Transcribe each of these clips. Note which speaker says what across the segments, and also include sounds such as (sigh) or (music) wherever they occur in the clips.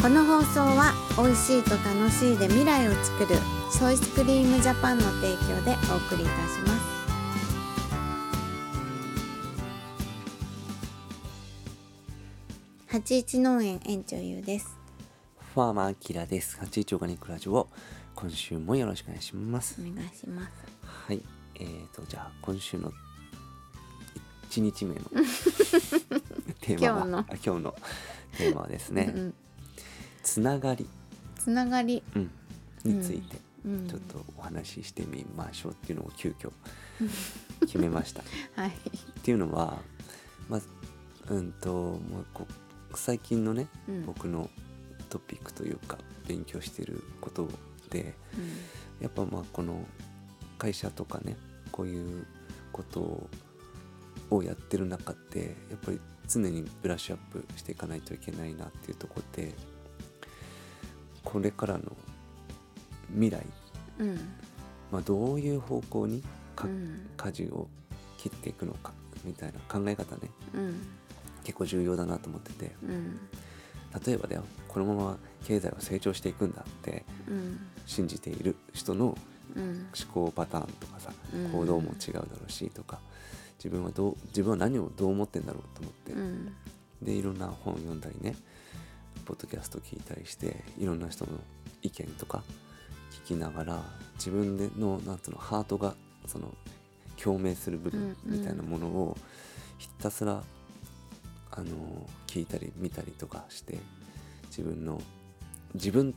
Speaker 1: この放送は美味しいと楽しいで未来を作るソイスクリームジャパンの提供でお送りいたします八一農園園長ゆうです
Speaker 2: ファーマーアキラです。81オーガニックラジオ、今週もよろしくお願いします
Speaker 1: お。願いします
Speaker 2: はい。えーと、じゃあ、今週の1日
Speaker 1: (laughs)
Speaker 2: 目のテー
Speaker 1: 今
Speaker 2: マは、
Speaker 1: 日の
Speaker 2: あ今日のテーマはですね、
Speaker 1: うん
Speaker 2: つながり、
Speaker 1: つながり
Speaker 2: うんについて、
Speaker 1: うん
Speaker 2: ちょっとお話ししてみましょうっていうのを急遽決めました。
Speaker 1: はい
Speaker 2: っていうのは、まず、うんと、もうこう最近のね、
Speaker 1: うん
Speaker 2: 僕のトピックというか、勉強してることで、やっぱまあこの会社とかねこういうことをやってる中でやっぱり常にブラッシュアップしていかないといけないなっていうところでこれからの未来、
Speaker 1: うんうん
Speaker 2: まあ、どういう方向にか
Speaker 1: うん
Speaker 2: 舵を切っていくのかみたいな考え方ね
Speaker 1: うん
Speaker 2: 結構重要だなと思ってて
Speaker 1: うん
Speaker 2: 例えばだよこのまま経済は成長していくんだって
Speaker 1: うん
Speaker 2: 信じている人の
Speaker 1: うん
Speaker 2: 思考パターンとかさ
Speaker 1: うん
Speaker 2: 行動も違うだろうしとか、自分はどう自分は何をどう思ってんだろうと思って、
Speaker 1: うん
Speaker 2: でいろんな本を読んだりねポッドキャスト聞いたりしていろんな人の意見とか聞きながら自分でのなんつうのハートがその共鳴する部分
Speaker 1: うんうん
Speaker 2: みたいなものをひたすらあの聞いたり見たりとかして自分の自分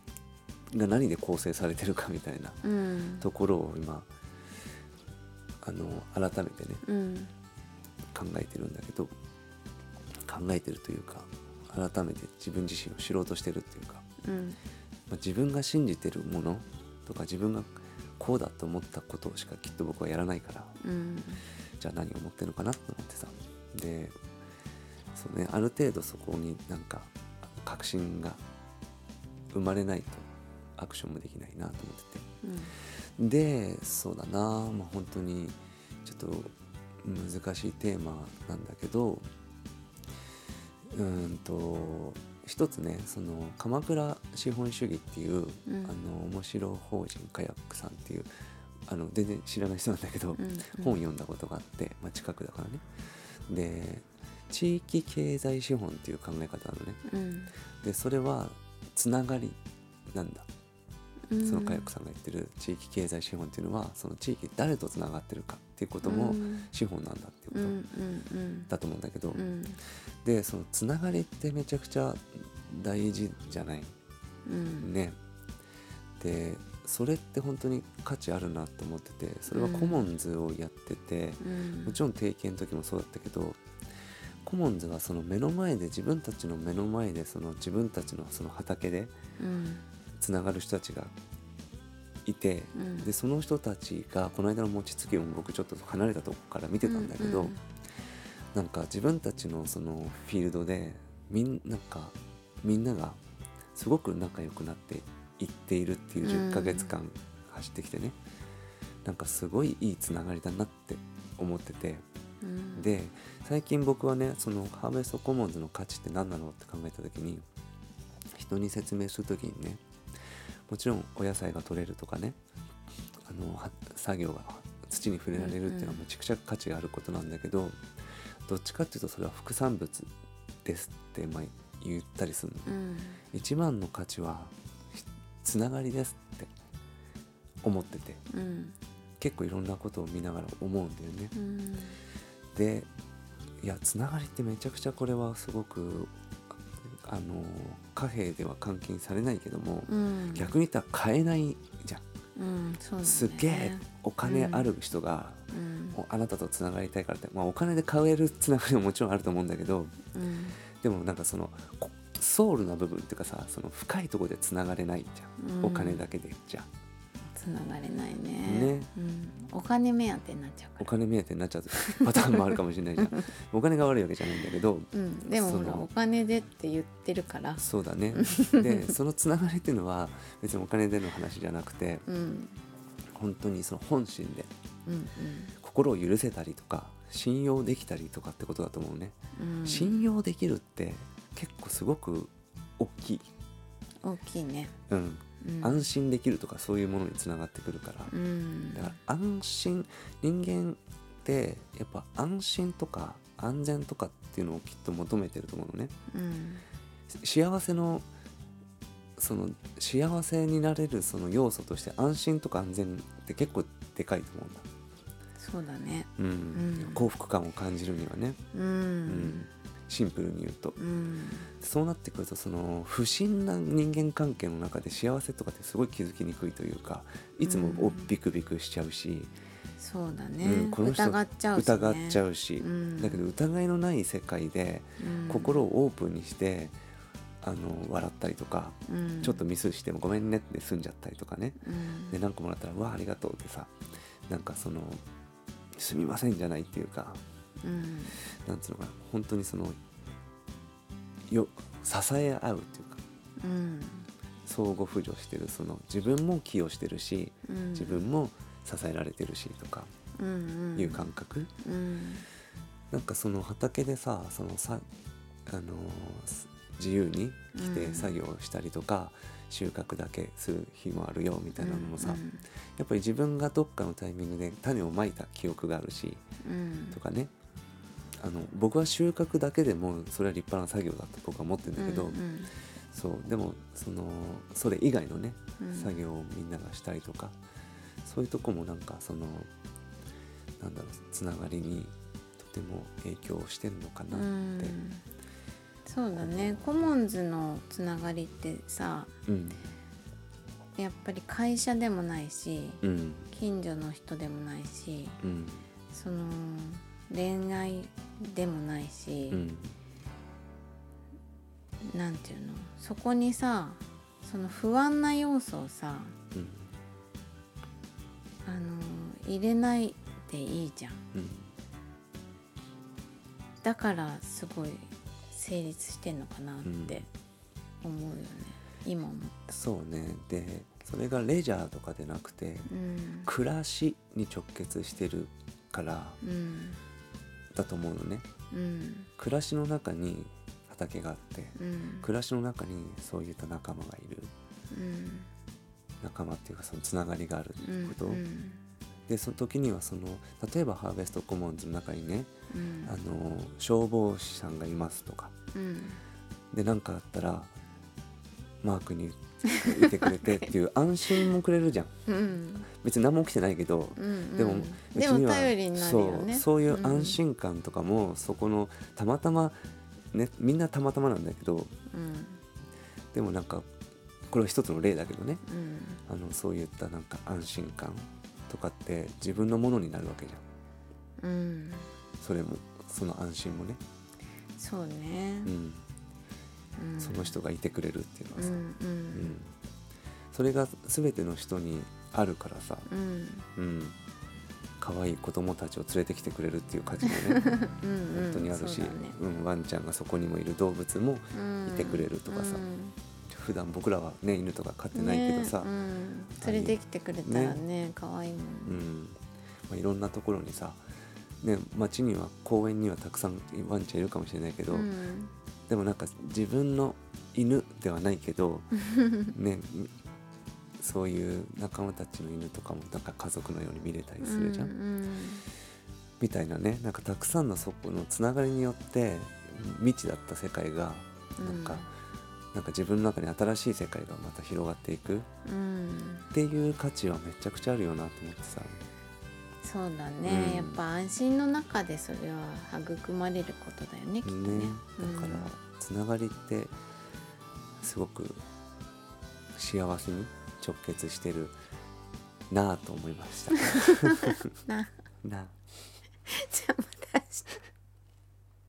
Speaker 2: が何で構成されてるかみたいな
Speaker 1: うん
Speaker 2: ところを今あの改めてね
Speaker 1: うん
Speaker 2: 考えてるんだけど考えてるというか改めて自分自身を知ろうとしてるっていうか、
Speaker 1: うん
Speaker 2: まあ自分が信じてるものとか自分がこうだと思ったことしかきっと僕はやらないから
Speaker 1: うん
Speaker 2: じゃあ何を思ってるのかなと思ってさでそうねある程度そこになんか確信が生まれないとアクションもできないなと思ってて。
Speaker 1: うん
Speaker 2: でそうだなまあ本当にちょっと難しいテーマなんだけどうーんと一つねその鎌倉資本主義っていう、
Speaker 1: うん
Speaker 2: あの面白法人カヤックさんっていうあの全然知らない人なんだけ
Speaker 1: う
Speaker 2: ど、
Speaker 1: ん
Speaker 2: 本読んだことがあって、まあ、近くだからねで地域経済資本っていう考え方なのね
Speaker 1: うん
Speaker 2: でそれはつながりなんだ
Speaker 1: うん
Speaker 2: そのカヤックさんが言ってる地域経済資本っていうのはその地域誰とつながってるかっていうこと
Speaker 1: う
Speaker 2: も
Speaker 1: ん
Speaker 2: 資本なんだっていう
Speaker 1: う
Speaker 2: こ
Speaker 1: ん
Speaker 2: と
Speaker 1: うん
Speaker 2: だと思うんだけど、
Speaker 1: うんうん
Speaker 2: でそのつながりってめちゃくちゃ大事じゃない
Speaker 1: うん
Speaker 2: ね。でそれって本当に価値あるなと思っててそれはコモンズをやってて、
Speaker 1: うん
Speaker 2: もちろん定期の時もそうだったけどコモンズはその目の前で自分たちの目の前でその自分たちのその畑で
Speaker 1: うん
Speaker 2: つながる人たちがいて、
Speaker 1: うん
Speaker 2: でその人たちがこの間の餅つきも僕ちょっと離れたとこから見てたんだけど、
Speaker 1: うんうん
Speaker 2: なんか自分たちのそのフィールドでみんなんかみんながすごく仲良くなっていっているっていう
Speaker 1: うん
Speaker 2: 10ヶ月間走ってきてね、なんかすごいいいつながりだなって思ってて。
Speaker 1: うん
Speaker 2: で最近僕はねそのハーベストコモンズの価値って何なのって考えた時に人に説明する時にねもちろんお野菜が取れるとかねあのは作業が土に触れられるっていう
Speaker 1: う
Speaker 2: の
Speaker 1: んう
Speaker 2: は
Speaker 1: ん
Speaker 2: めちゃくちゃ価値があることなんだけど、どっちかっていうとそれは副産物ですってまあ言ったりするの、
Speaker 1: うん
Speaker 2: 一番の価値はひつながりですって思ってて
Speaker 1: うん
Speaker 2: 結構いろんなことを見ながら思うんだよね。
Speaker 1: うん
Speaker 2: でいやつながりってめちゃくちゃこれはすごくああの貨幣では換金されないけども、
Speaker 1: うん
Speaker 2: 逆に言ったら買えないじゃん、
Speaker 1: うんそうだね
Speaker 2: すげえお金ある人が、
Speaker 1: うん
Speaker 2: おあなたとつながりたいからって、まあ、お金で買えるつながりももちろんあると思うんだけど
Speaker 1: うん
Speaker 2: でもなんかそのこソウルな部分っていうかさその深いところでつながれないじゃん、
Speaker 1: うん
Speaker 2: お金だけでじゃん
Speaker 1: つながれないね
Speaker 2: ね
Speaker 1: うんお金目当てになっちゃう
Speaker 2: お
Speaker 1: から
Speaker 2: 金目当てになっちゃうパターンもあるかもしれないじ
Speaker 1: (laughs)
Speaker 2: ゃんお金が悪いわけじゃないんだけど
Speaker 1: うんでもほ
Speaker 2: そ
Speaker 1: ら
Speaker 2: の
Speaker 1: お金でって言ってるから
Speaker 2: そう
Speaker 1: (laughs)
Speaker 2: だねでそのつながりっていうのは別にお金での話じゃなくて
Speaker 1: うん
Speaker 2: 本当にその本心で
Speaker 1: うん
Speaker 2: 心を許せたりとか信用できたりとかってことだと思うね、
Speaker 1: うんうん
Speaker 2: 信用できるって結構すごく大きい
Speaker 1: 大きいね、
Speaker 2: うん、
Speaker 1: うん、
Speaker 2: 安心できるとかそういうものにつながってくるから、
Speaker 1: うん
Speaker 2: だから安心人間ってやっぱ安心とか安全とかっていうのをきっと求めてると思うのね
Speaker 1: うん
Speaker 2: し幸せのその幸せになれるその要素として安心とか安全って結構でかいと思うんだ、
Speaker 1: そうだね
Speaker 2: うん
Speaker 1: うん
Speaker 2: 幸福感を感じるにはね、
Speaker 1: う
Speaker 2: うん
Speaker 1: ん
Speaker 2: シンプルに言うと
Speaker 1: うん
Speaker 2: そうなってくるとその不審な人間関係の中で幸せとかってすごい気づきにくいというかいつもお
Speaker 1: うん
Speaker 2: ビクビクしちゃうし、
Speaker 1: そうだね、
Speaker 2: うんこの人
Speaker 1: 疑っちゃうし、ね、
Speaker 2: 疑っちゃうし、
Speaker 1: うん
Speaker 2: だけど疑いのない世界で
Speaker 1: うん
Speaker 2: 心をオープンにして、あの笑ったりとか、
Speaker 1: うん
Speaker 2: ちょっとミスしてもごめんねって済んじゃったりとかね
Speaker 1: うん
Speaker 2: で何かもらったら「うわありがとう」ってさなんかその「すみません」じゃないっていうか
Speaker 1: うん
Speaker 2: なんつうのかな本当にそのよ支え合うっていうか
Speaker 1: うん
Speaker 2: 相互扶助してるその自分も寄与してるし
Speaker 1: うん
Speaker 2: 自分も支えられてるしとか
Speaker 1: うんうん
Speaker 2: いう感覚、
Speaker 1: うん
Speaker 2: なんかその畑でさそのさ、あのーす自由に来
Speaker 1: う
Speaker 2: て
Speaker 1: ん
Speaker 2: 作業したりとか、収穫だけする日もあるよみたいなのもさ、
Speaker 1: うん
Speaker 2: やっぱり自分がどっかのタイミングで種をまいた記憶があるし
Speaker 1: うん
Speaker 2: とかねあの僕は収穫だけでもそれは立派な作業だと僕は思ってるんだけど、
Speaker 1: うん
Speaker 2: そうでもそのそれ以外のね
Speaker 1: うん
Speaker 2: 作業をみんながしたりとか、そういうとこもなんかそのなんだろうつながりにとても影響してるのかな
Speaker 1: う
Speaker 2: っ
Speaker 1: ん
Speaker 2: て、
Speaker 1: そうだねコモンズのつながりってさ
Speaker 2: うん
Speaker 1: やっぱり会社でもないし
Speaker 2: うん
Speaker 1: 近所の人でもないし
Speaker 2: うん
Speaker 1: その恋愛でもないし、
Speaker 2: うん
Speaker 1: なんていうのそこにさその不安な要素をさ
Speaker 2: うん
Speaker 1: あの入れないでいいじゃん
Speaker 2: うん
Speaker 1: だからすごい成立してんのかなって思うよね、今も。
Speaker 2: そうねでそれがレジャーとかでなくて
Speaker 1: うん
Speaker 2: 暮らしに直結してるから
Speaker 1: うん
Speaker 2: だと思うのね
Speaker 1: うん
Speaker 2: 暮らしの中に畑があって
Speaker 1: うん
Speaker 2: 暮らしの中にそういった仲間がいる
Speaker 1: うん
Speaker 2: 仲間っていうかそのつながりがあるっていうこと、
Speaker 1: うん
Speaker 2: でその時にはその例えばハーベストコモンズの中にね、
Speaker 1: うん
Speaker 2: あの消防士さんがいますとか
Speaker 1: うん
Speaker 2: で何かあったらマークにいてくれてっていう安心もくれるじゃん
Speaker 1: うん
Speaker 2: 別に何も起きてないけど、
Speaker 1: うん
Speaker 2: でもうち
Speaker 1: でも頼りになるよね
Speaker 2: そうそういう安心感とかも、そこのたまたまねみんなたまたまなんだけど
Speaker 1: うん
Speaker 2: でもなんかこれは一つの例だけどね
Speaker 1: うん
Speaker 2: あのそういったなんか安心感とかって自分のものになるわけじゃん
Speaker 1: うん、うん、
Speaker 2: それもその安心もね、
Speaker 1: そうね
Speaker 2: う、ん、
Speaker 1: うん、
Speaker 2: その人がいてくれるっていうのは
Speaker 1: う
Speaker 2: さ、
Speaker 1: んう
Speaker 2: うん
Speaker 1: ん
Speaker 2: それが全ての人にあるからさ、
Speaker 1: うん
Speaker 2: うん、可愛い子供たちを連れてきてくれるっていう感じもね
Speaker 1: (laughs) うんうん
Speaker 2: 本当にあるし、
Speaker 1: そううだね
Speaker 2: ん、ワンちゃんがそこにもいる動物も
Speaker 1: うん
Speaker 2: いてくれるとかさ
Speaker 1: うん
Speaker 2: 普段僕らはね犬とか飼ってないけどさ、
Speaker 1: ねうん連れてきてくれたらね可愛いも
Speaker 2: うん
Speaker 1: ん
Speaker 2: まあ、いろんなところにさ、ね、街には公園にはたくさんワンちゃんいるかもしれないけど、
Speaker 1: うん
Speaker 2: でもなんか自分の犬ではない
Speaker 1: (laughs)
Speaker 2: けど、ね、そういう仲間たちの犬とかもなんか家族のように見れたりするじゃん、
Speaker 1: うんうん
Speaker 2: みたいなねなんかたくさんのそこのつながりによって未知だった世界がなんか、なんか自分の中に新しい世界がまた広がっていくっ
Speaker 1: うん
Speaker 2: ていう価値はめちゃくちゃあるよなと思ってさ、
Speaker 1: そうだね、
Speaker 2: うん
Speaker 1: やっぱ安心の中でそれは育まれることだよねきっとね
Speaker 2: ね、だからつながりってすごく幸せに (laughs) 直結してるなぁと思いました。
Speaker 1: うんな
Speaker 2: なあ